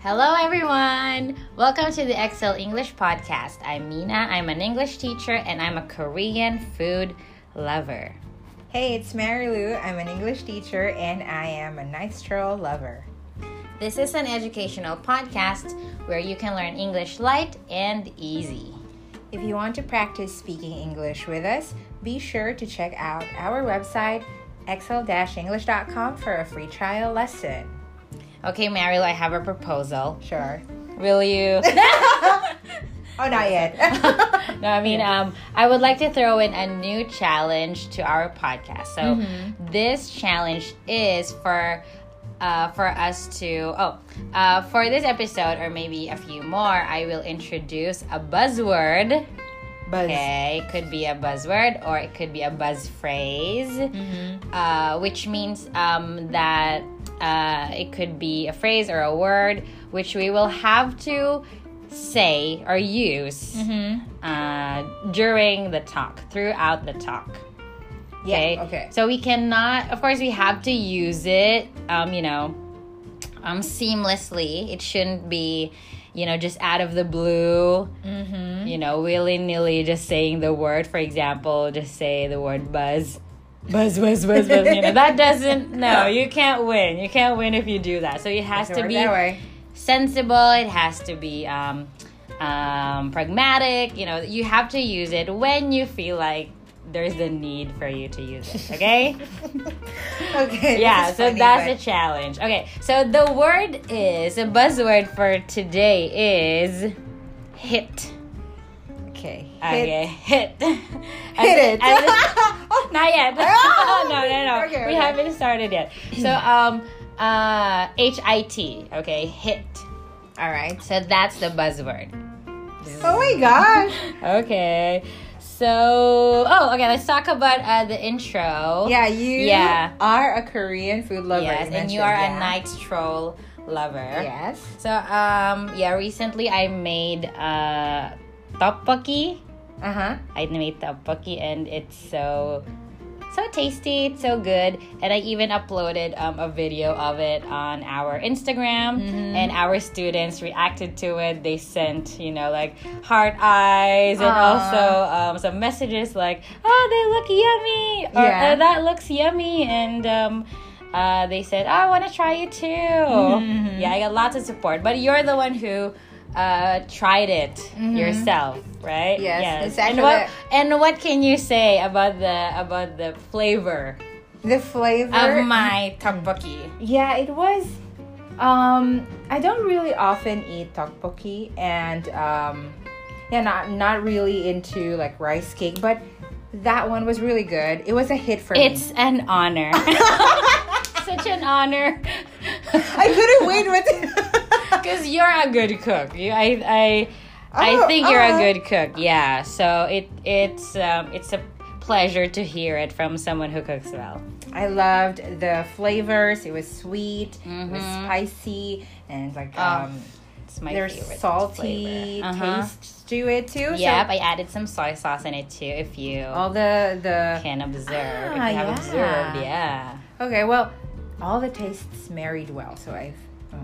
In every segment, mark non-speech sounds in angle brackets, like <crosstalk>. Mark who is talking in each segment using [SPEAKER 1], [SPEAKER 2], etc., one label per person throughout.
[SPEAKER 1] Hello, everyone! Welcome to the Excel English Podcast. I'm Mina, I'm an English teacher, and I'm a Korean food lover.
[SPEAKER 2] Hey, it's Mary Lou. I'm an English teacher and I am a nitro lover.
[SPEAKER 1] This is an educational podcast where you can learn English light and easy.
[SPEAKER 2] If you want to practice speaking English with us, be sure to check out our website, excel-english.com for a free trial lesson.
[SPEAKER 1] Okay, Mariel, I have a proposal.
[SPEAKER 2] Sure.
[SPEAKER 1] Will you?
[SPEAKER 2] Oh,
[SPEAKER 1] <laughs>
[SPEAKER 2] not yet.
[SPEAKER 1] no, I mean, um, I would like to throw in a new challenge to our podcast. So this challenge is for uh, for us to oh uh, for this episode or maybe a few more, I will introduce a buzzword.
[SPEAKER 2] Buzz.
[SPEAKER 1] Okay, it could be a buzzword or it could be a buzz phrase,
[SPEAKER 2] Mm-hmm.
[SPEAKER 1] uh, which means um, that uh, it could be a phrase or a word which we will have to say or use
[SPEAKER 2] Mm-hmm.
[SPEAKER 1] uh, during the talk, throughout the talk. Okay?
[SPEAKER 2] Yeah, okay.
[SPEAKER 1] So we cannot, of course, we have to use it, um, you know, um, seamlessly. It shouldn't be, you know, just out of the blue, you know, willy nilly just saying the word. For example, just say the word buzz. Buzz, buzz, buzz, buzz. <laughs> You know, that doesn't, no, you can't win. You can't win if you do that. So it has
[SPEAKER 2] Doesn't
[SPEAKER 1] to
[SPEAKER 2] work
[SPEAKER 1] be
[SPEAKER 2] that way.
[SPEAKER 1] sensible it has to be um, um, pragmatic you know you have to use it when you feel like there's the need for you to use it <laughs> okay
[SPEAKER 2] Okay.
[SPEAKER 1] yeah
[SPEAKER 2] this is
[SPEAKER 1] so
[SPEAKER 2] funny,
[SPEAKER 1] that's
[SPEAKER 2] but-
[SPEAKER 1] a challenge okay so the word is a buzzword for today is hit
[SPEAKER 2] Okay.
[SPEAKER 1] okay
[SPEAKER 2] <laughs>
[SPEAKER 1] hit
[SPEAKER 2] Hit it. <laughs>
[SPEAKER 1] oh, <laughs> not yet <laughs>
[SPEAKER 2] Oh,
[SPEAKER 1] no no no
[SPEAKER 2] okay,
[SPEAKER 1] we
[SPEAKER 2] okay.
[SPEAKER 1] haven't started yet so um uh hit okay hit
[SPEAKER 2] All right.
[SPEAKER 1] so that's the buzzword.
[SPEAKER 2] Oh my
[SPEAKER 1] <laughs>
[SPEAKER 2] gosh.
[SPEAKER 1] Okay. So, oh, okay, let's talk about uh, the intro.
[SPEAKER 2] Yeah, you
[SPEAKER 1] Yeah.
[SPEAKER 2] are a Korean food lover.
[SPEAKER 1] Yes, and you
[SPEAKER 2] mentioned,
[SPEAKER 1] are
[SPEAKER 2] yeah.
[SPEAKER 1] a night troll lover.
[SPEAKER 2] Yes.
[SPEAKER 1] So, um, yeah, recently I made uh, tteokbokki.
[SPEAKER 2] Uh huh.
[SPEAKER 1] I made tteokbokki and it's so so tasty, it's so good, and I even uploaded um, a video of it on our Instagram,
[SPEAKER 2] Mm-hmm.
[SPEAKER 1] and our students reacted to it. They sent, you know, like heart eyes, and
[SPEAKER 2] Aw.
[SPEAKER 1] also um, some messages like, "Oh, they look yummy," or
[SPEAKER 2] Yeah.
[SPEAKER 1] "Oh, "That looks yummy," and. Um, uh, they said, oh, I want to try it too.
[SPEAKER 2] Mm-hmm.
[SPEAKER 1] Yeah, I got lots of support. But you're the one who uh, tried it
[SPEAKER 2] Mm-hmm.
[SPEAKER 1] yourself, right?
[SPEAKER 2] Yes, it's
[SPEAKER 1] And
[SPEAKER 2] actually-
[SPEAKER 1] what, and what can you say about the about the flavor
[SPEAKER 2] The flavor
[SPEAKER 1] of
[SPEAKER 2] <laughs>
[SPEAKER 1] my tteokbokki?
[SPEAKER 2] Yeah, it was. Um, I don't really often eat tteokbokki, and um, yeah, not not really into like rice cake, but that one was really good. It was a hit for me.
[SPEAKER 1] It's an honor. <laughs> Such an honor.
[SPEAKER 2] <laughs>
[SPEAKER 1] <laughs>
[SPEAKER 2] I couldn't wait with it. <laughs>
[SPEAKER 1] Because you're a good cook. You, I, I, I
[SPEAKER 2] Oh,
[SPEAKER 1] think you're a
[SPEAKER 2] alright.
[SPEAKER 1] good cook. Yeah. So it it's um, it's a pleasure to hear it from someone who cooks well.
[SPEAKER 2] I loved the flavors. It was sweet, it was spicy, and like um,
[SPEAKER 1] It's Mm-hmm. Oh, my
[SPEAKER 2] there's
[SPEAKER 1] favorite
[SPEAKER 2] salty
[SPEAKER 1] flavor. Uh-huh.
[SPEAKER 2] taste to it too. so Oh.
[SPEAKER 1] Yep, I added some soy sauce in it too. If you
[SPEAKER 2] all the the
[SPEAKER 1] can observe, if
[SPEAKER 2] Ah,
[SPEAKER 1] you have
[SPEAKER 2] yeah.
[SPEAKER 1] observed, yeah.
[SPEAKER 2] Okay, well, all the tastes married well, so I've. oh,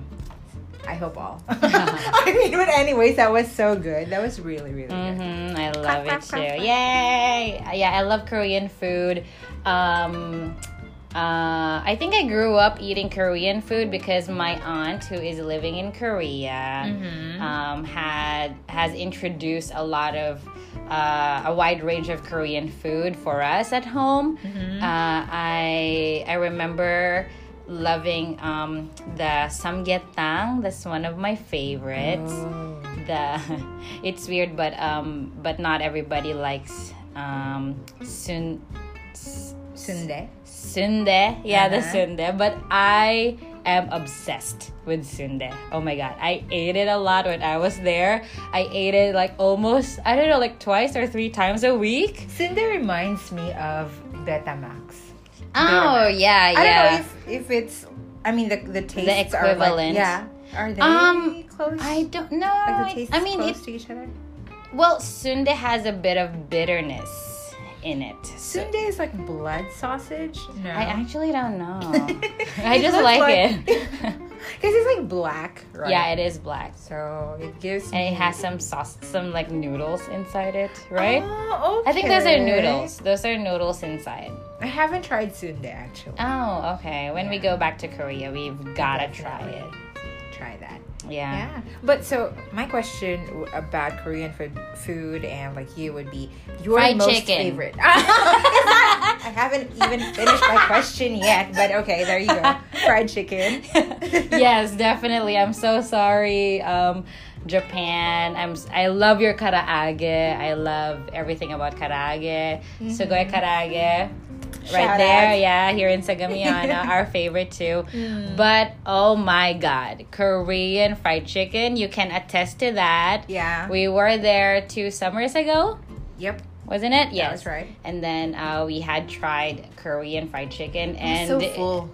[SPEAKER 2] I hope all. <laughs> I mean, but anyways, that was so good. That was really, really good.
[SPEAKER 1] hmm I love it
[SPEAKER 2] clap,
[SPEAKER 1] too.
[SPEAKER 2] clap, clap.
[SPEAKER 1] Yay! Yeah, I love Korean food. Um, uh, I think I grew up eating Korean food because my aunt, who is living in Korea, um, had has introduced a lot of uh, a wide range of Korean food for us at home. Uh, I I remember loving um, the samgyetang. That's one of my favorites the <laughs> it's weird but um but not everybody likes um sun s-
[SPEAKER 2] Sundae.
[SPEAKER 1] sundae yeah the
[SPEAKER 2] Uh-huh.
[SPEAKER 1] sundae but i am obsessed with sundae oh my god i ate it a lot when i was there i ate it like almost i don't know like twice or three times a week
[SPEAKER 2] Sundae reminds me of Betamax.
[SPEAKER 1] oh yeah yeah
[SPEAKER 2] I don't know if, if it's. I mean, the the tastes are
[SPEAKER 1] equivalent.
[SPEAKER 2] like, yeah. Are they
[SPEAKER 1] Um,
[SPEAKER 2] close?
[SPEAKER 1] I don't know.
[SPEAKER 2] like the
[SPEAKER 1] it-
[SPEAKER 2] tastes
[SPEAKER 1] I mean,
[SPEAKER 2] close
[SPEAKER 1] it,
[SPEAKER 2] to each other.
[SPEAKER 1] well, sundae has a bit of bitterness in it. So
[SPEAKER 2] Sundae is like blood sausage. No, <laughs>
[SPEAKER 1] I actually don't <laughs> know. I just like, it.
[SPEAKER 2] because it's like black, right?
[SPEAKER 1] yeah, it is black.
[SPEAKER 2] So it gives.
[SPEAKER 1] And
[SPEAKER 2] me-
[SPEAKER 1] it has some sauce, some like noodles inside it, right?
[SPEAKER 2] Oh,
[SPEAKER 1] I think those are
[SPEAKER 2] okay.
[SPEAKER 1] noodles. Those are noodles inside.
[SPEAKER 2] I haven't tried sundae actually.
[SPEAKER 1] Oh, okay. When we go back to Korea, we've gotta try it.
[SPEAKER 2] Try that.
[SPEAKER 1] <laughs> Yeah.
[SPEAKER 2] Yeah. But so my question w- about Korean food, food and like you would be your
[SPEAKER 1] Fried
[SPEAKER 2] most
[SPEAKER 1] chicken.
[SPEAKER 2] favorite. <laughs> I haven't even finished my question yet, but okay, there you go.
[SPEAKER 1] <laughs>
[SPEAKER 2] Fried chicken.
[SPEAKER 1] yes, definitely. I'm so sorry, um, Japan. I'm. s- I love your karaage. I love everything about karaage. Sugoi karaage. Right
[SPEAKER 2] Mm-hmm. Shout
[SPEAKER 1] there,
[SPEAKER 2] out. Mm.
[SPEAKER 1] yeah, here in
[SPEAKER 2] <laughs>
[SPEAKER 1] Sagamiana, our favorite too. But oh my god, Korean fried chicken, you can attest to that.
[SPEAKER 2] <laughs> Yeah.
[SPEAKER 1] We were there two summers ago,
[SPEAKER 2] Yep.
[SPEAKER 1] wasn't it? Yes.
[SPEAKER 2] That's right.
[SPEAKER 1] And then uh, we had tried Korean fried chicken, and
[SPEAKER 2] so
[SPEAKER 1] it-
[SPEAKER 2] full.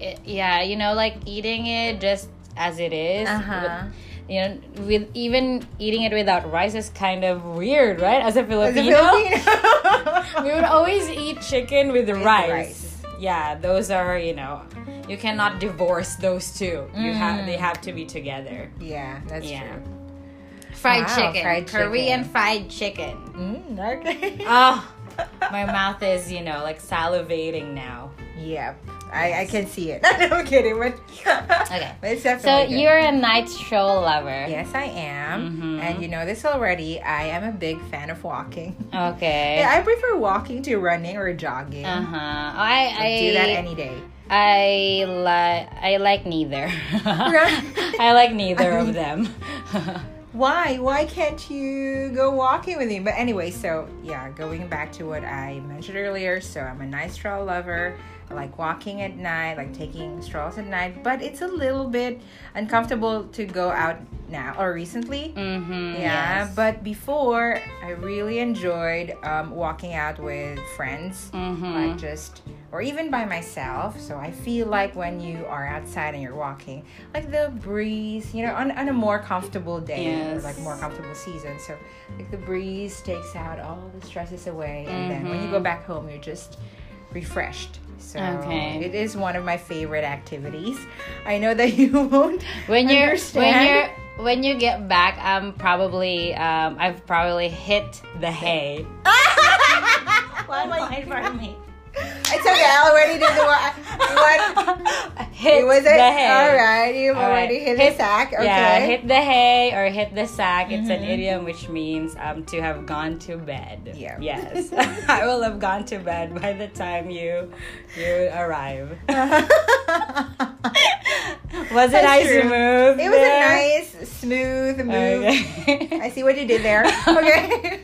[SPEAKER 1] it- yeah, you know, like eating it just as it is.
[SPEAKER 2] Uh-huh.
[SPEAKER 1] with- you know, with even eating it without rice is kind of weird, right? As a
[SPEAKER 2] As a
[SPEAKER 1] Filipino, <laughs> we
[SPEAKER 2] Filipino. <laughs>
[SPEAKER 1] would always eat chicken with rice.
[SPEAKER 2] rice.
[SPEAKER 1] Yeah, those are you know, you cannot divorce those two. You have they have to be together.
[SPEAKER 2] yeah, that's
[SPEAKER 1] Yeah.
[SPEAKER 2] true.
[SPEAKER 1] Mm. Fried
[SPEAKER 2] Wow,
[SPEAKER 1] chicken,
[SPEAKER 2] fried
[SPEAKER 1] Korean
[SPEAKER 2] chicken.
[SPEAKER 1] fried chicken.
[SPEAKER 2] Mm, okay.
[SPEAKER 1] Oh, my mouth is, you know, like salivating now.
[SPEAKER 2] Yep. I, I can see it. <laughs> I'm kidding, but
[SPEAKER 1] Okay.
[SPEAKER 2] But it's
[SPEAKER 1] So
[SPEAKER 2] definitely good.
[SPEAKER 1] you're a night show lover.
[SPEAKER 2] Yes, I am.
[SPEAKER 1] Mhm.
[SPEAKER 2] And you know this already. I am a big fan of walking.
[SPEAKER 1] Okay.
[SPEAKER 2] Yeah, I prefer walking to running or jogging.
[SPEAKER 1] Uh huh.
[SPEAKER 2] I do that
[SPEAKER 1] I I
[SPEAKER 2] any day.
[SPEAKER 1] I like I like neither. <laughs> I like
[SPEAKER 2] <laughs>
[SPEAKER 1] neither of them. <laughs>
[SPEAKER 2] Why? Why can't you go walking with me? But anyway, so yeah, going back to what I mentioned earlier. So I'm a night stroll lover. I like walking at night, like taking strolls at night. But it's a little bit uncomfortable to go out now or recently.
[SPEAKER 1] mm-hmm.
[SPEAKER 2] Yeah, but before I really enjoyed um, walking out with friends,
[SPEAKER 1] Mm-hmm.
[SPEAKER 2] like just or even by myself. So I feel like when you are outside and you're walking, like the breeze, you know, on, on a more comfortable day or
[SPEAKER 1] Yes.
[SPEAKER 2] like more comfortable season. So like the breeze takes out all the stresses away, and then when you
[SPEAKER 1] Mm-hmm.
[SPEAKER 2] go back home, you're just refreshed. So
[SPEAKER 1] Okay.
[SPEAKER 2] it is one of my favorite activities. I know that <laughs> you won't
[SPEAKER 1] when you're when
[SPEAKER 2] understand.
[SPEAKER 1] <laughs> you're when you get back, I'm probably um, I've probably hit the hay.
[SPEAKER 2] Oh
[SPEAKER 1] One point for me.
[SPEAKER 2] It's okay. I already did the one. <laughs> What?
[SPEAKER 1] Hit
[SPEAKER 2] It was
[SPEAKER 1] the
[SPEAKER 2] it.
[SPEAKER 1] hay.
[SPEAKER 2] All right. You've
[SPEAKER 1] All right.
[SPEAKER 2] already hit,
[SPEAKER 1] Hit-
[SPEAKER 2] the sack. Okay.
[SPEAKER 1] Yeah, hit the hay or hit the sack. It's an
[SPEAKER 2] Mhm.
[SPEAKER 1] idiom which means um, to have gone to bed.
[SPEAKER 2] Yeah. <laughs>
[SPEAKER 1] Yes. <laughs> I will have gone to bed by the time you you arrive. <laughs> Was it
[SPEAKER 2] That's
[SPEAKER 1] nice
[SPEAKER 2] true.
[SPEAKER 1] move?
[SPEAKER 2] <laughs> it was
[SPEAKER 1] there?
[SPEAKER 2] a nice, smooth move.
[SPEAKER 1] <laughs> Okay.
[SPEAKER 2] I see what you did there.
[SPEAKER 1] <laughs>
[SPEAKER 2] Okay.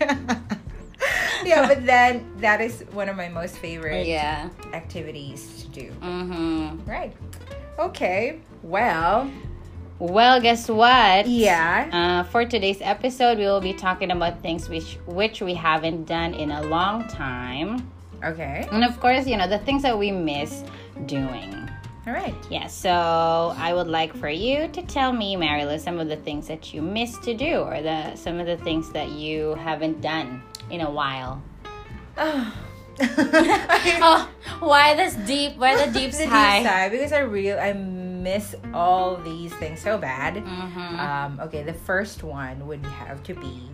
[SPEAKER 2] yeah, but then that is one of my most favorite
[SPEAKER 1] Yeah.
[SPEAKER 2] activities to do.
[SPEAKER 1] Mm-hmm.
[SPEAKER 2] Right. Okay. Well.
[SPEAKER 1] Well, guess what?
[SPEAKER 2] Yeah.
[SPEAKER 1] Uh, for today's episode, we will be talking about things which which we haven't done in a long time,
[SPEAKER 2] Okay.
[SPEAKER 1] and of course, you know the things that we miss doing.
[SPEAKER 2] All right. <laughs>
[SPEAKER 1] Yeah, so I would like for you to tell me, Marilu, some of the things that you miss to do or the some of the things that you haven't done in a <laughs> while. <laughs> Oh, why this deep? Why <laughs> the deep
[SPEAKER 2] <laughs> the deep
[SPEAKER 1] sigh?
[SPEAKER 2] sigh, because I real I miss all these things so bad.
[SPEAKER 1] Mhm.
[SPEAKER 2] Um, okay, the first one would have to be,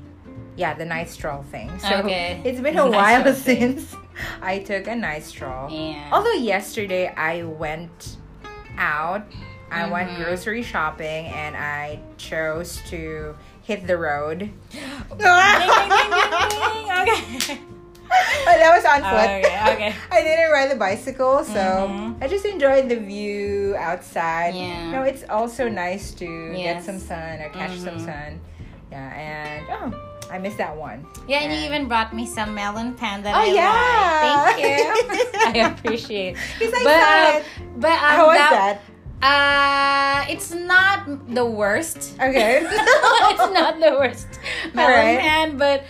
[SPEAKER 2] yeah, the night stroll thing. So
[SPEAKER 1] Okay.
[SPEAKER 2] it's been a
[SPEAKER 1] Night
[SPEAKER 2] while
[SPEAKER 1] stroll
[SPEAKER 2] <laughs>
[SPEAKER 1] thing.
[SPEAKER 2] since I took a night stroll.
[SPEAKER 1] Yeah.
[SPEAKER 2] Although yesterday I went out, I went
[SPEAKER 1] Mm-hmm.
[SPEAKER 2] grocery shopping, and I chose to hit the
[SPEAKER 1] <gasps>
[SPEAKER 2] road.
[SPEAKER 1] Ding, ding, ding, <laughs> ding, ding. Okay.
[SPEAKER 2] Oh, that was on foot.
[SPEAKER 1] Okay, okay.
[SPEAKER 2] <laughs> I didn't ride the bicycle, so
[SPEAKER 1] Mhm.
[SPEAKER 2] I just enjoyed the view outside.
[SPEAKER 1] Yeah.
[SPEAKER 2] No, it's also nice to get
[SPEAKER 1] Yes.
[SPEAKER 2] some sun or catch some
[SPEAKER 1] Mhm.
[SPEAKER 2] sun. Yeah, and oh, I missed that one.
[SPEAKER 1] Yeah, and you even brought me some melon pan that
[SPEAKER 2] Oh,
[SPEAKER 1] I like.
[SPEAKER 2] <laughs>
[SPEAKER 1] Thank
[SPEAKER 2] yeah.
[SPEAKER 1] you. I appreciate.
[SPEAKER 2] Because I
[SPEAKER 1] but
[SPEAKER 2] saw it.
[SPEAKER 1] um, but um,
[SPEAKER 2] How was
[SPEAKER 1] that,
[SPEAKER 2] that?
[SPEAKER 1] Uh, it's not the worst.
[SPEAKER 2] <laughs>
[SPEAKER 1] <laughs>
[SPEAKER 2] Okay.
[SPEAKER 1] it's not the worst melon
[SPEAKER 2] Alright.
[SPEAKER 1] pan, but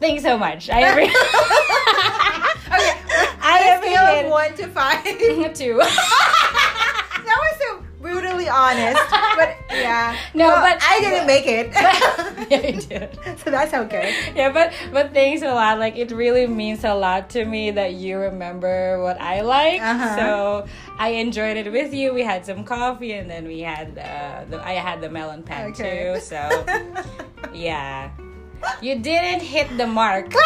[SPEAKER 1] thanks so much.
[SPEAKER 2] <laughs>
[SPEAKER 1] I appreciate. <laughs>
[SPEAKER 2] okay.
[SPEAKER 1] I
[SPEAKER 2] on a scale
[SPEAKER 1] appreciate
[SPEAKER 2] of one to five. <laughs>
[SPEAKER 1] it too. <laughs>
[SPEAKER 2] that was so brutally honest, but yeah.
[SPEAKER 1] No,
[SPEAKER 2] Well,
[SPEAKER 1] but-
[SPEAKER 2] I didn't make it.
[SPEAKER 1] I do.
[SPEAKER 2] <laughs> so that's okay.
[SPEAKER 1] <laughs> Yeah, but but thanks a lot. Like it really means a lot to me that you remember what I like.
[SPEAKER 2] Uh-huh.
[SPEAKER 1] So I enjoyed it with you. We had some coffee, and then we had uh, the I had the melon pan
[SPEAKER 2] Okay. <laughs>
[SPEAKER 1] too. So yeah, you didn't hit the
[SPEAKER 2] <laughs>
[SPEAKER 1] mark.
[SPEAKER 2] Ah,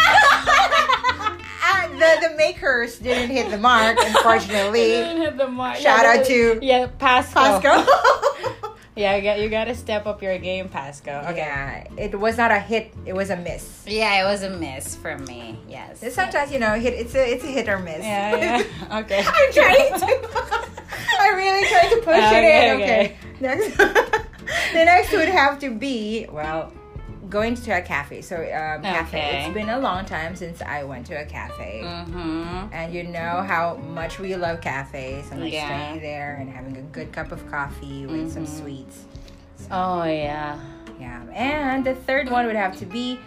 [SPEAKER 2] <laughs> the, the makers didn't hit the mark,
[SPEAKER 1] You <laughs>
[SPEAKER 2] unfortunately.
[SPEAKER 1] didn't hit the mark.
[SPEAKER 2] Shout
[SPEAKER 1] Yeah,
[SPEAKER 2] out to
[SPEAKER 1] yeah Pasco.
[SPEAKER 2] Pasco.
[SPEAKER 1] <laughs> Yeah, you got, you got to step up your game, Pasco. Okay.
[SPEAKER 2] Yeah, it was not a hit; it was a miss.
[SPEAKER 1] Yeah, it was a miss for me. Yes.
[SPEAKER 2] Sometimes you know, hit it's a it's a hit or miss.
[SPEAKER 1] Yeah, yeah. Okay.
[SPEAKER 2] <laughs> I'm trying to. <laughs> I really tried to push
[SPEAKER 1] Oh, Okay,
[SPEAKER 2] it in. Okay. Next, <laughs> the next would have to be well, going to a cafe. So um, cafe.
[SPEAKER 1] Okay.
[SPEAKER 2] It's been a long time since I went to a cafe.
[SPEAKER 1] <laughs> Mm-hmm.
[SPEAKER 2] And you know how much we love cafes and like
[SPEAKER 1] Yeah.
[SPEAKER 2] staying there and having a good cup of coffee with some sweets.
[SPEAKER 1] Oh yeah.
[SPEAKER 2] Yeah. And the third one would have to be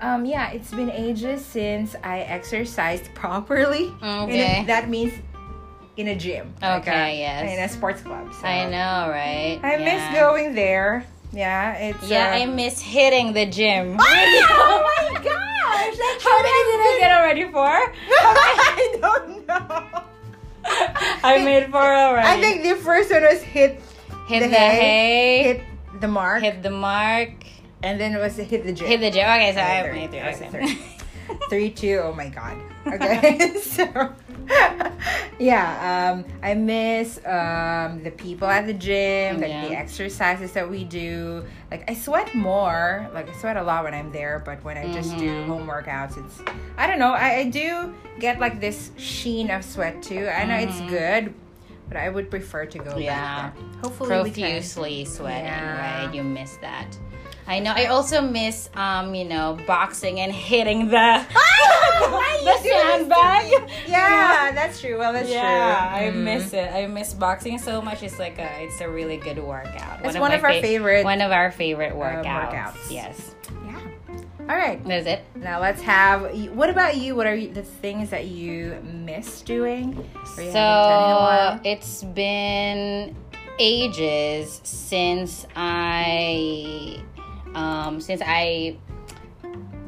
[SPEAKER 2] um, yeah, it's been ages since I exercised <laughs> properly. In a-
[SPEAKER 1] Okay.
[SPEAKER 2] that means in a gym. like
[SPEAKER 1] Okay,
[SPEAKER 2] a-
[SPEAKER 1] yes.
[SPEAKER 2] In a sports club. So.
[SPEAKER 1] I know, right?
[SPEAKER 2] I miss going there. Yeah, it's.
[SPEAKER 1] Yeah,
[SPEAKER 2] uh,
[SPEAKER 1] I
[SPEAKER 2] <laughs>
[SPEAKER 1] miss hitting the gym.
[SPEAKER 2] Oh my gosh! That
[SPEAKER 1] How many did I get already for?
[SPEAKER 2] <laughs> I don't know.
[SPEAKER 1] <laughs> I made four already.
[SPEAKER 2] I think the first one was hit
[SPEAKER 1] hit
[SPEAKER 2] the
[SPEAKER 1] the,
[SPEAKER 2] hay,
[SPEAKER 1] hay,
[SPEAKER 2] hit the mark,
[SPEAKER 1] hit the mark,
[SPEAKER 2] and then it was to hit the gym.
[SPEAKER 1] hit the gym. Okay, so
[SPEAKER 2] Okay,
[SPEAKER 1] I
[SPEAKER 2] third.
[SPEAKER 1] made three. <laughs>
[SPEAKER 2] Okay,
[SPEAKER 1] Okay.
[SPEAKER 2] Three, two, oh my god. Okay, <laughs> so yeah, um, I miss um, the people at the gym, like the
[SPEAKER 1] Yeah.
[SPEAKER 2] exercises that we do. Like I sweat more, like I sweat a lot when I'm there, but when I just do
[SPEAKER 1] Mhm.
[SPEAKER 2] home workouts, it's I don't know. I, I do get like this sheen of sweat too. I know it's good, but I would prefer to go
[SPEAKER 1] Mm-hmm. Yeah.
[SPEAKER 2] back there. Hopefully, we can.
[SPEAKER 1] Profusely sweating,
[SPEAKER 2] Yeah.
[SPEAKER 1] right? You miss that. I know. I also miss, um, you know, boxing and hitting
[SPEAKER 2] <laughs>
[SPEAKER 1] <laughs> the
[SPEAKER 2] Ah! Why you
[SPEAKER 1] the
[SPEAKER 2] do this to
[SPEAKER 1] sandbag.
[SPEAKER 2] Yeah, that's true. Well, that's true. Mm-hmm.
[SPEAKER 1] yeah, I miss it. I miss boxing so much. It's like a, it's a really good workout.
[SPEAKER 2] It's one of our favorite, Uh,
[SPEAKER 1] One of our favorite workouts.
[SPEAKER 2] workouts.
[SPEAKER 1] Yes,
[SPEAKER 2] Yeah. All right.
[SPEAKER 1] that's it.
[SPEAKER 2] Now let's have. What about you? What are you, the things that you miss doing? Or you haven't done in a
[SPEAKER 1] So
[SPEAKER 2] while?
[SPEAKER 1] it's been ages since I um, since I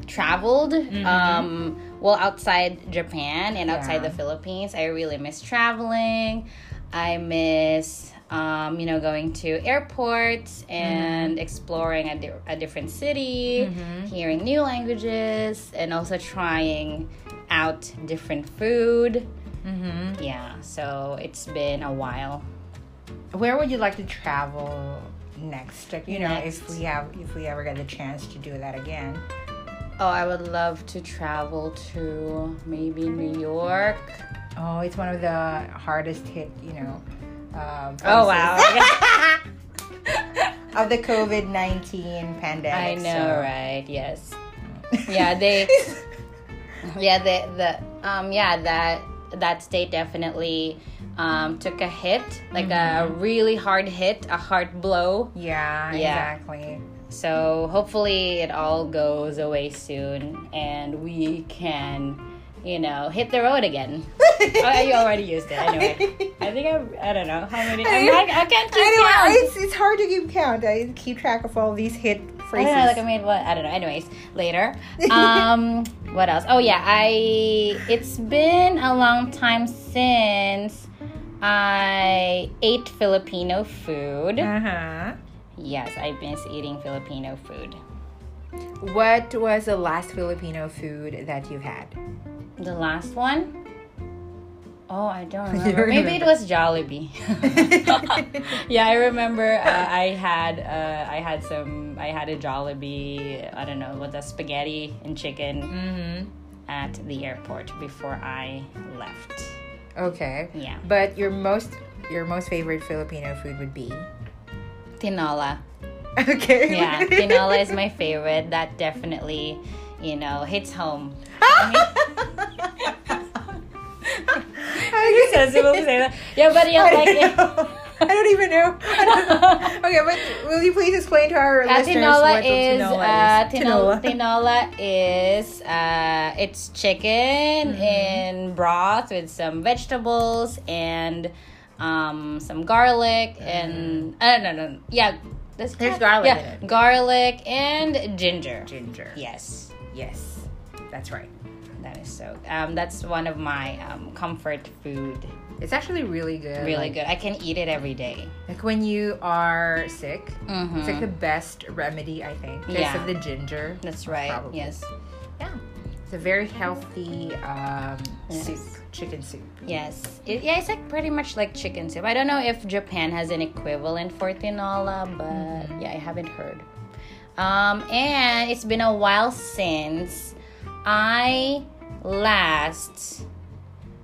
[SPEAKER 1] traveled.
[SPEAKER 2] Mm-hmm.
[SPEAKER 1] Um, well, outside Japan and outside
[SPEAKER 2] Yeah.
[SPEAKER 1] the Philippines, I really miss traveling. I miss. Um, you know, going to airports
[SPEAKER 2] Mm-hmm.
[SPEAKER 1] and exploring a, di- a different city, hearing new languages, and also trying out different food.
[SPEAKER 2] Mm-hmm.
[SPEAKER 1] Yeah, so it's been a while.
[SPEAKER 2] where would you like to travel next? Like, you know, if
[SPEAKER 1] Next.
[SPEAKER 2] we have, if we ever get the chance to do that again.
[SPEAKER 1] Oh, I would love to travel to maybe New York.
[SPEAKER 2] Oh, it's one of the hardest hit. You know. Um,
[SPEAKER 1] Oh, <laughs>
[SPEAKER 2] of the COVID nineteen pandemic.
[SPEAKER 1] I know,
[SPEAKER 2] so-
[SPEAKER 1] right? Yes. <laughs> Yeah, they- Yeah, the the um yeah, that that state definitely um took a hit, like a really hard hit, a hard blow.
[SPEAKER 2] <laughs> yeah,
[SPEAKER 1] Yeah.
[SPEAKER 2] exactly.
[SPEAKER 1] So hopefully it all goes away soon and we can, you know, hit the road <laughs> again. oh, you already used it. Anyway.
[SPEAKER 2] <laughs>
[SPEAKER 1] I think I'm, I don't know how many. I'm like, I can't keep
[SPEAKER 2] I don't
[SPEAKER 1] count.
[SPEAKER 2] know, it's, it's hard to keep count. I keep track of all these hit
[SPEAKER 1] I
[SPEAKER 2] phrases.
[SPEAKER 1] don't know, like I made what? I don't know. Anyways, later. Um, what else? Oh yeah, I. It's been a long time since I ate Filipino food.
[SPEAKER 2] uh-huh.
[SPEAKER 1] Yes, I miss eating Filipino food.
[SPEAKER 2] What was the last Filipino food that you had?
[SPEAKER 1] The last one. Oh, I don't
[SPEAKER 2] <laughs> You
[SPEAKER 1] remember.
[SPEAKER 2] don't
[SPEAKER 1] Maybe
[SPEAKER 2] remember.
[SPEAKER 1] it was
[SPEAKER 2] <laughs>
[SPEAKER 1] Jollibee. yeah, I remember. Uh, I had uh, I had some. I had a Jollibee. I don't know what the spaghetti and chicken
[SPEAKER 2] Mm-hmm.
[SPEAKER 1] at the airport before I left.
[SPEAKER 2] Okay.
[SPEAKER 1] Yeah,
[SPEAKER 2] But your most your most favorite Filipino food would be <laughs>
[SPEAKER 1] tinola.
[SPEAKER 2] okay. <laughs>
[SPEAKER 1] Yeah, tinola is my favorite. That definitely, you know, hits home.
[SPEAKER 2] <laughs>
[SPEAKER 1] <laughs>
[SPEAKER 2] I
[SPEAKER 1] Says people say that. Yeah, but yeah,
[SPEAKER 2] <laughs> I
[SPEAKER 1] like.
[SPEAKER 2] don't, know. I don't even know. I
[SPEAKER 1] <laughs>
[SPEAKER 2] don't know. okay, but will you please explain to our
[SPEAKER 1] Uh,
[SPEAKER 2] listeners
[SPEAKER 1] tinola
[SPEAKER 2] what the
[SPEAKER 1] is,
[SPEAKER 2] tinola
[SPEAKER 1] uh,
[SPEAKER 2] is?
[SPEAKER 1] tinola, tinola is uh, it's
[SPEAKER 2] Mm-hmm.
[SPEAKER 1] chicken in broth with some vegetables and um, some garlic and uh, no no yeah That's
[SPEAKER 2] There's
[SPEAKER 1] good.
[SPEAKER 2] garlic
[SPEAKER 1] Yeah,
[SPEAKER 2] in it.
[SPEAKER 1] garlic and ginger.
[SPEAKER 2] Ginger.
[SPEAKER 1] Yes,
[SPEAKER 2] Yes. That's right.
[SPEAKER 1] that is so. Um, that's one of my um, comfort food.
[SPEAKER 2] It's actually really good.
[SPEAKER 1] Really
[SPEAKER 2] like,
[SPEAKER 1] good. I can eat it every day.
[SPEAKER 2] Like when you are sick, it's like
[SPEAKER 1] Mhm.
[SPEAKER 2] the best remedy, I think. Because
[SPEAKER 1] Yeah.
[SPEAKER 2] of the ginger.
[SPEAKER 1] That's right.
[SPEAKER 2] Probably.
[SPEAKER 1] Yes.
[SPEAKER 2] Yeah. It's a very healthy um,
[SPEAKER 1] Yes.
[SPEAKER 2] soup, chicken soup.
[SPEAKER 1] Yes. It, yeah, it's like pretty much like chicken soup. I don't know if Japan has an equivalent for tinola, but yeah, I haven't heard. Um, and it's been a while since I last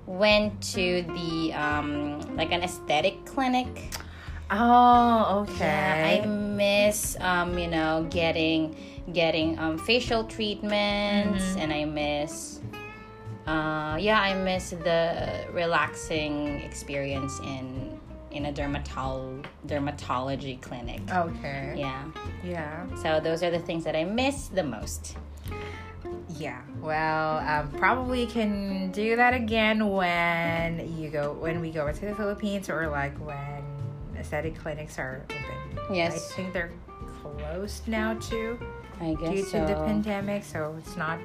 [SPEAKER 1] went to the um, like an aesthetic clinic.
[SPEAKER 2] Oh,
[SPEAKER 1] Yeah, I miss um, you know getting getting um, facial treatments, and I miss uh, yeah, I miss the relaxing experience in in a dermatol dermatology clinic.
[SPEAKER 2] okay.
[SPEAKER 1] Yeah,
[SPEAKER 2] Yeah.
[SPEAKER 1] so those are the things that I miss the most.
[SPEAKER 2] Yeah. Well, um, probably can do that again when you go when we go into the Philippines or like when aesthetic clinics are open. I
[SPEAKER 1] Yes,
[SPEAKER 2] think they're closed now too
[SPEAKER 1] I
[SPEAKER 2] due
[SPEAKER 1] guess
[SPEAKER 2] to the
[SPEAKER 1] so.
[SPEAKER 2] pandemic, so it's not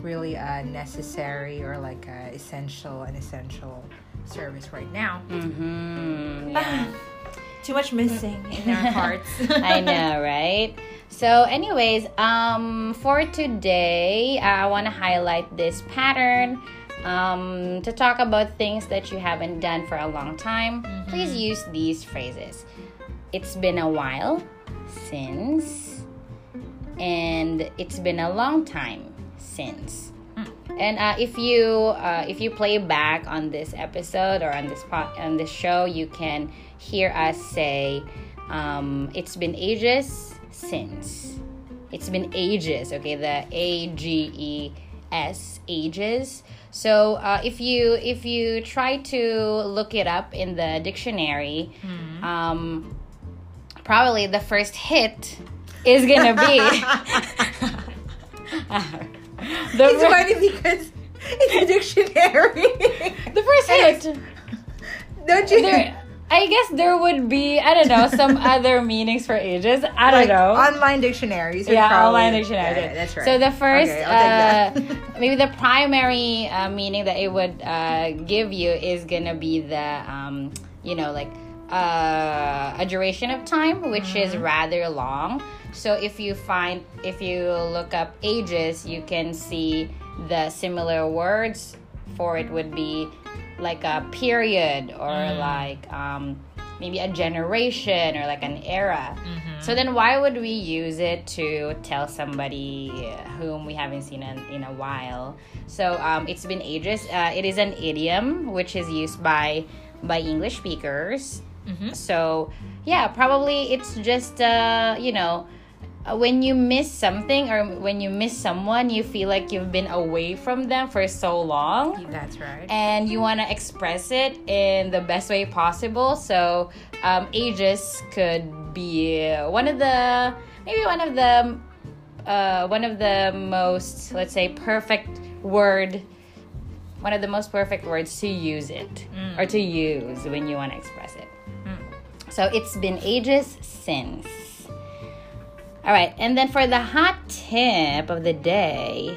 [SPEAKER 2] really a necessary or like a essential an essential service right now.
[SPEAKER 1] Mm-hmm. Yeah.
[SPEAKER 2] Too much missing
[SPEAKER 1] <laughs>
[SPEAKER 2] in our hearts. <laughs>
[SPEAKER 1] I know, right? So, anyways, um, for today, I want to highlight this pattern um, to talk about things that you haven't done for a long time. Please use these phrases. It's been a while since, and it's been a long time since. And uh, if you uh, if you play back on this episode or on this po- on this show, you can hear us say, um, "It's been ages since." It's been ages. Okay, the A G E S ages. So uh, if you if you try to look it up in the dictionary, um, probably the first hit is gonna be. <laughs> the
[SPEAKER 2] it's
[SPEAKER 1] fir-
[SPEAKER 2] funny because it's a dictionary.
[SPEAKER 1] <laughs> The first hit.
[SPEAKER 2] Don't you
[SPEAKER 1] There, I guess there would be I don't know
[SPEAKER 2] <laughs>
[SPEAKER 1] some other meanings for ages. I don't
[SPEAKER 2] like
[SPEAKER 1] know.
[SPEAKER 2] online dictionaries. are
[SPEAKER 1] yeah,
[SPEAKER 2] probably-
[SPEAKER 1] online dictionary.
[SPEAKER 2] Yeah, that's right.
[SPEAKER 1] So the first,
[SPEAKER 2] Okay, I'll take <laughs> that.
[SPEAKER 1] uh, maybe the primary uh, meaning that it would uh, give you is gonna be the, um, you know, like uh, a duration of time, which
[SPEAKER 2] Mm-hmm.
[SPEAKER 1] is rather long. So if you find, if you look up ages, you can see the similar words for it would be like a period or like um, maybe a generation or like an era. So then, why would we use it to tell somebody whom we haven't seen in, in a while? So um, it's been ages. Uh, it is an idiom which is used by by English speakers. So yeah, probably it's just uh, you know. uh, When you miss something or when you miss someone, you feel like you've been away from them for so long
[SPEAKER 2] that's right.
[SPEAKER 1] and you want to express it in the best way possible. So, um, ages could be uh, one of the maybe one of the uh, one of the most let's say perfect word, one of the most perfect words to use it or to use when you want to express it. So it's been ages since. All right, and then for the hot tip of the day,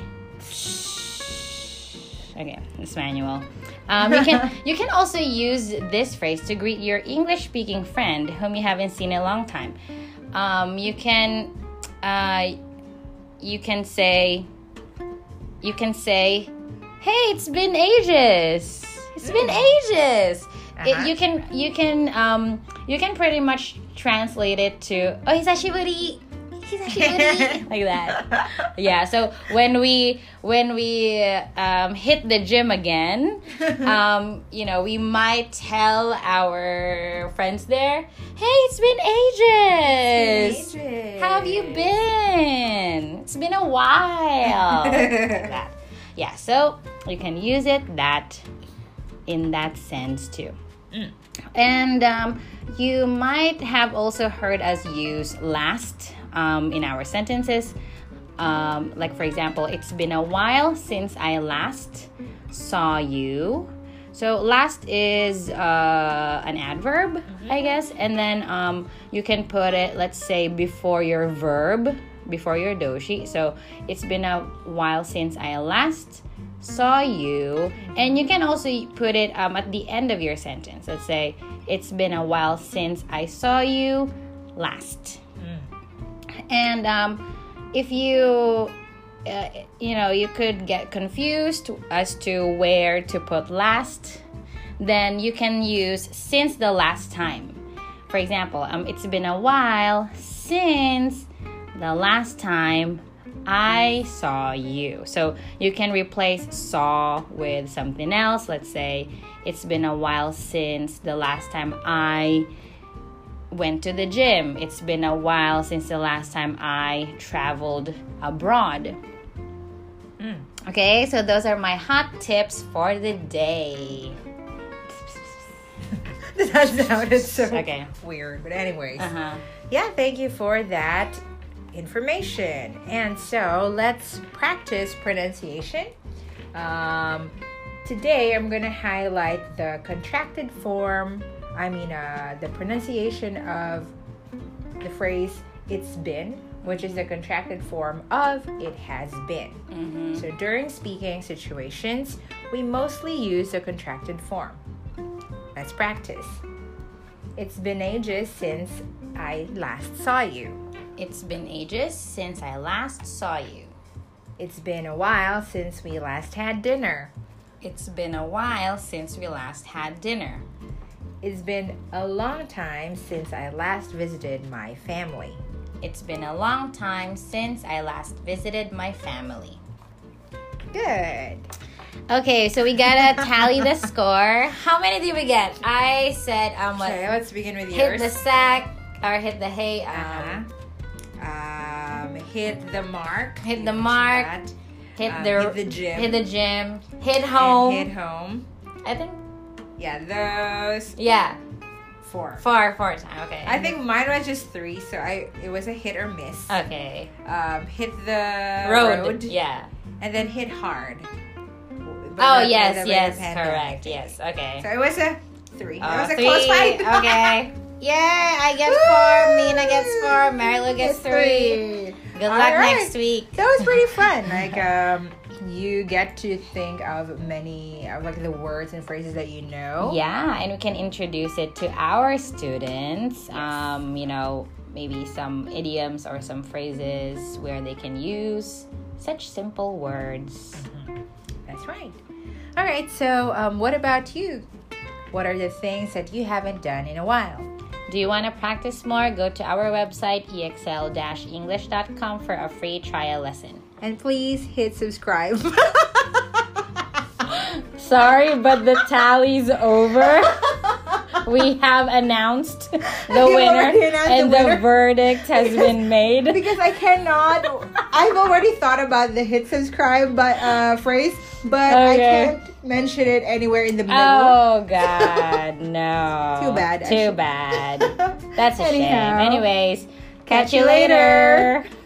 [SPEAKER 1] okay, it's manual. Um, you can you can also use this phrase to greet your English speaking friend whom you haven't seen in a long time. Um, you can uh, you can say you can say, "Hey, it's been ages. It's been ages." It-
[SPEAKER 2] Uh-huh.
[SPEAKER 1] you can you can um, you can pretty much translate it to "Oh, hisashiburi." Hisashiburi.
[SPEAKER 2] <laughs>
[SPEAKER 1] like that yeah so when we when we uh, um, hit the gym again um, you know we might tell our friends there hey it's been ages how have you been it's been a while like that yeah so you can use it that in that sense too
[SPEAKER 2] Mm.
[SPEAKER 1] and um, you might have also heard us use last um, in our sentences um, like for example it's been a while since i last saw you So last is uh, an adverb, I guess, and then um, you can put it, let's say, before your verb, before your doshi. So it's been a while since I last saw you, and you can also put it um, at the end of your sentence. Let's say it's been a while since I saw you last, and um, if you uh, you know you could get confused as to where to put last then you can use since the last time for example um, it's been a while since the last time i saw you so you can replace saw with something else let's say it's been a while since the last time i went to the gym. It's been a while since the last time I traveled abroad. Okay, so those are my hot tips for the day.
[SPEAKER 2] <laughs> that sounded so
[SPEAKER 1] Okay.
[SPEAKER 2] weird. But anyways,
[SPEAKER 1] Uh-huh.
[SPEAKER 2] yeah, thank you for that information. And so let's practice pronunciation. Um, today I'm gonna highlight the contracted form. I mean, uh, the pronunciation of the phrase "it's been," which is the contracted form of "it has been." So during speaking situations, we mostly use the contracted form. Let's practice. It's been ages since I last saw you.
[SPEAKER 1] It's been ages since I last saw you.
[SPEAKER 2] It's been a while since we last had dinner.
[SPEAKER 1] It's been a while since we last had dinner.
[SPEAKER 2] It's been a long time since I last visited my family.
[SPEAKER 1] It's been a long time since I last visited my family.
[SPEAKER 2] Good.
[SPEAKER 1] Okay, so we
[SPEAKER 2] <laughs>
[SPEAKER 1] gotta tally the score. How many did we get? I said um what
[SPEAKER 2] Okay, let's begin with
[SPEAKER 1] hit
[SPEAKER 2] yours.
[SPEAKER 1] the sack or hit the hay um
[SPEAKER 2] Uh-huh. Um, hit the mark.
[SPEAKER 1] Hit the
[SPEAKER 2] You mentioned
[SPEAKER 1] mark.
[SPEAKER 2] that.
[SPEAKER 1] hit
[SPEAKER 2] Um,
[SPEAKER 1] the
[SPEAKER 2] hit the gym.
[SPEAKER 1] hit the gym, hit
[SPEAKER 2] And
[SPEAKER 1] home.
[SPEAKER 2] Hit home.
[SPEAKER 1] I think
[SPEAKER 2] Yeah, those
[SPEAKER 1] yeah,
[SPEAKER 2] four.
[SPEAKER 1] four four time. Okay.
[SPEAKER 2] I think mine was just three, so I it was a hit or miss.
[SPEAKER 1] okay.
[SPEAKER 2] um, hit the
[SPEAKER 1] Road. Yeah.
[SPEAKER 2] and then hit hard.
[SPEAKER 1] Oh
[SPEAKER 2] But not
[SPEAKER 1] yes,
[SPEAKER 2] with a
[SPEAKER 1] yes,
[SPEAKER 2] pen.
[SPEAKER 1] correct. Yes. Okay.
[SPEAKER 2] So it was a three.
[SPEAKER 1] Uh,
[SPEAKER 2] it was a
[SPEAKER 1] three,
[SPEAKER 2] close fight. <laughs>
[SPEAKER 1] okay. Yeah, I get four. Mina gets four. Marilu gets three. Good
[SPEAKER 2] All
[SPEAKER 1] luck
[SPEAKER 2] right.
[SPEAKER 1] next week.
[SPEAKER 2] That was pretty fun.
[SPEAKER 1] <laughs>
[SPEAKER 2] Like um, you get to think of many of like the words and phrases that you know.
[SPEAKER 1] Yeah, and we can introduce it to our students. Um, you know, maybe some idioms or some phrases where they can use such simple words.
[SPEAKER 2] That's right. All right. So um, what about you? What are the things that you haven't done in a while?
[SPEAKER 1] Do you want to practice more? Go to our website, E exl-english.com, for a free trial lesson.
[SPEAKER 2] And please hit subscribe. <laughs>
[SPEAKER 1] Sorry, but the tally's over. We have announced the
[SPEAKER 2] You
[SPEAKER 1] winner,
[SPEAKER 2] already announced
[SPEAKER 1] and
[SPEAKER 2] the
[SPEAKER 1] the,
[SPEAKER 2] winner.
[SPEAKER 1] verdict has been
[SPEAKER 2] <laughs>
[SPEAKER 1] made.
[SPEAKER 2] because I cannot. I've already thought about the hit subscribe but uh, phrase, but I
[SPEAKER 1] Okay.
[SPEAKER 2] can't mention it anywhere in the middle.
[SPEAKER 1] Oh, God, no.
[SPEAKER 2] Too bad,
[SPEAKER 1] Too
[SPEAKER 2] actually. <laughs>
[SPEAKER 1] bad. That's a
[SPEAKER 2] Anyhow.
[SPEAKER 1] shame. Anyways, catch,
[SPEAKER 2] Catch
[SPEAKER 1] you
[SPEAKER 2] you later.
[SPEAKER 1] later.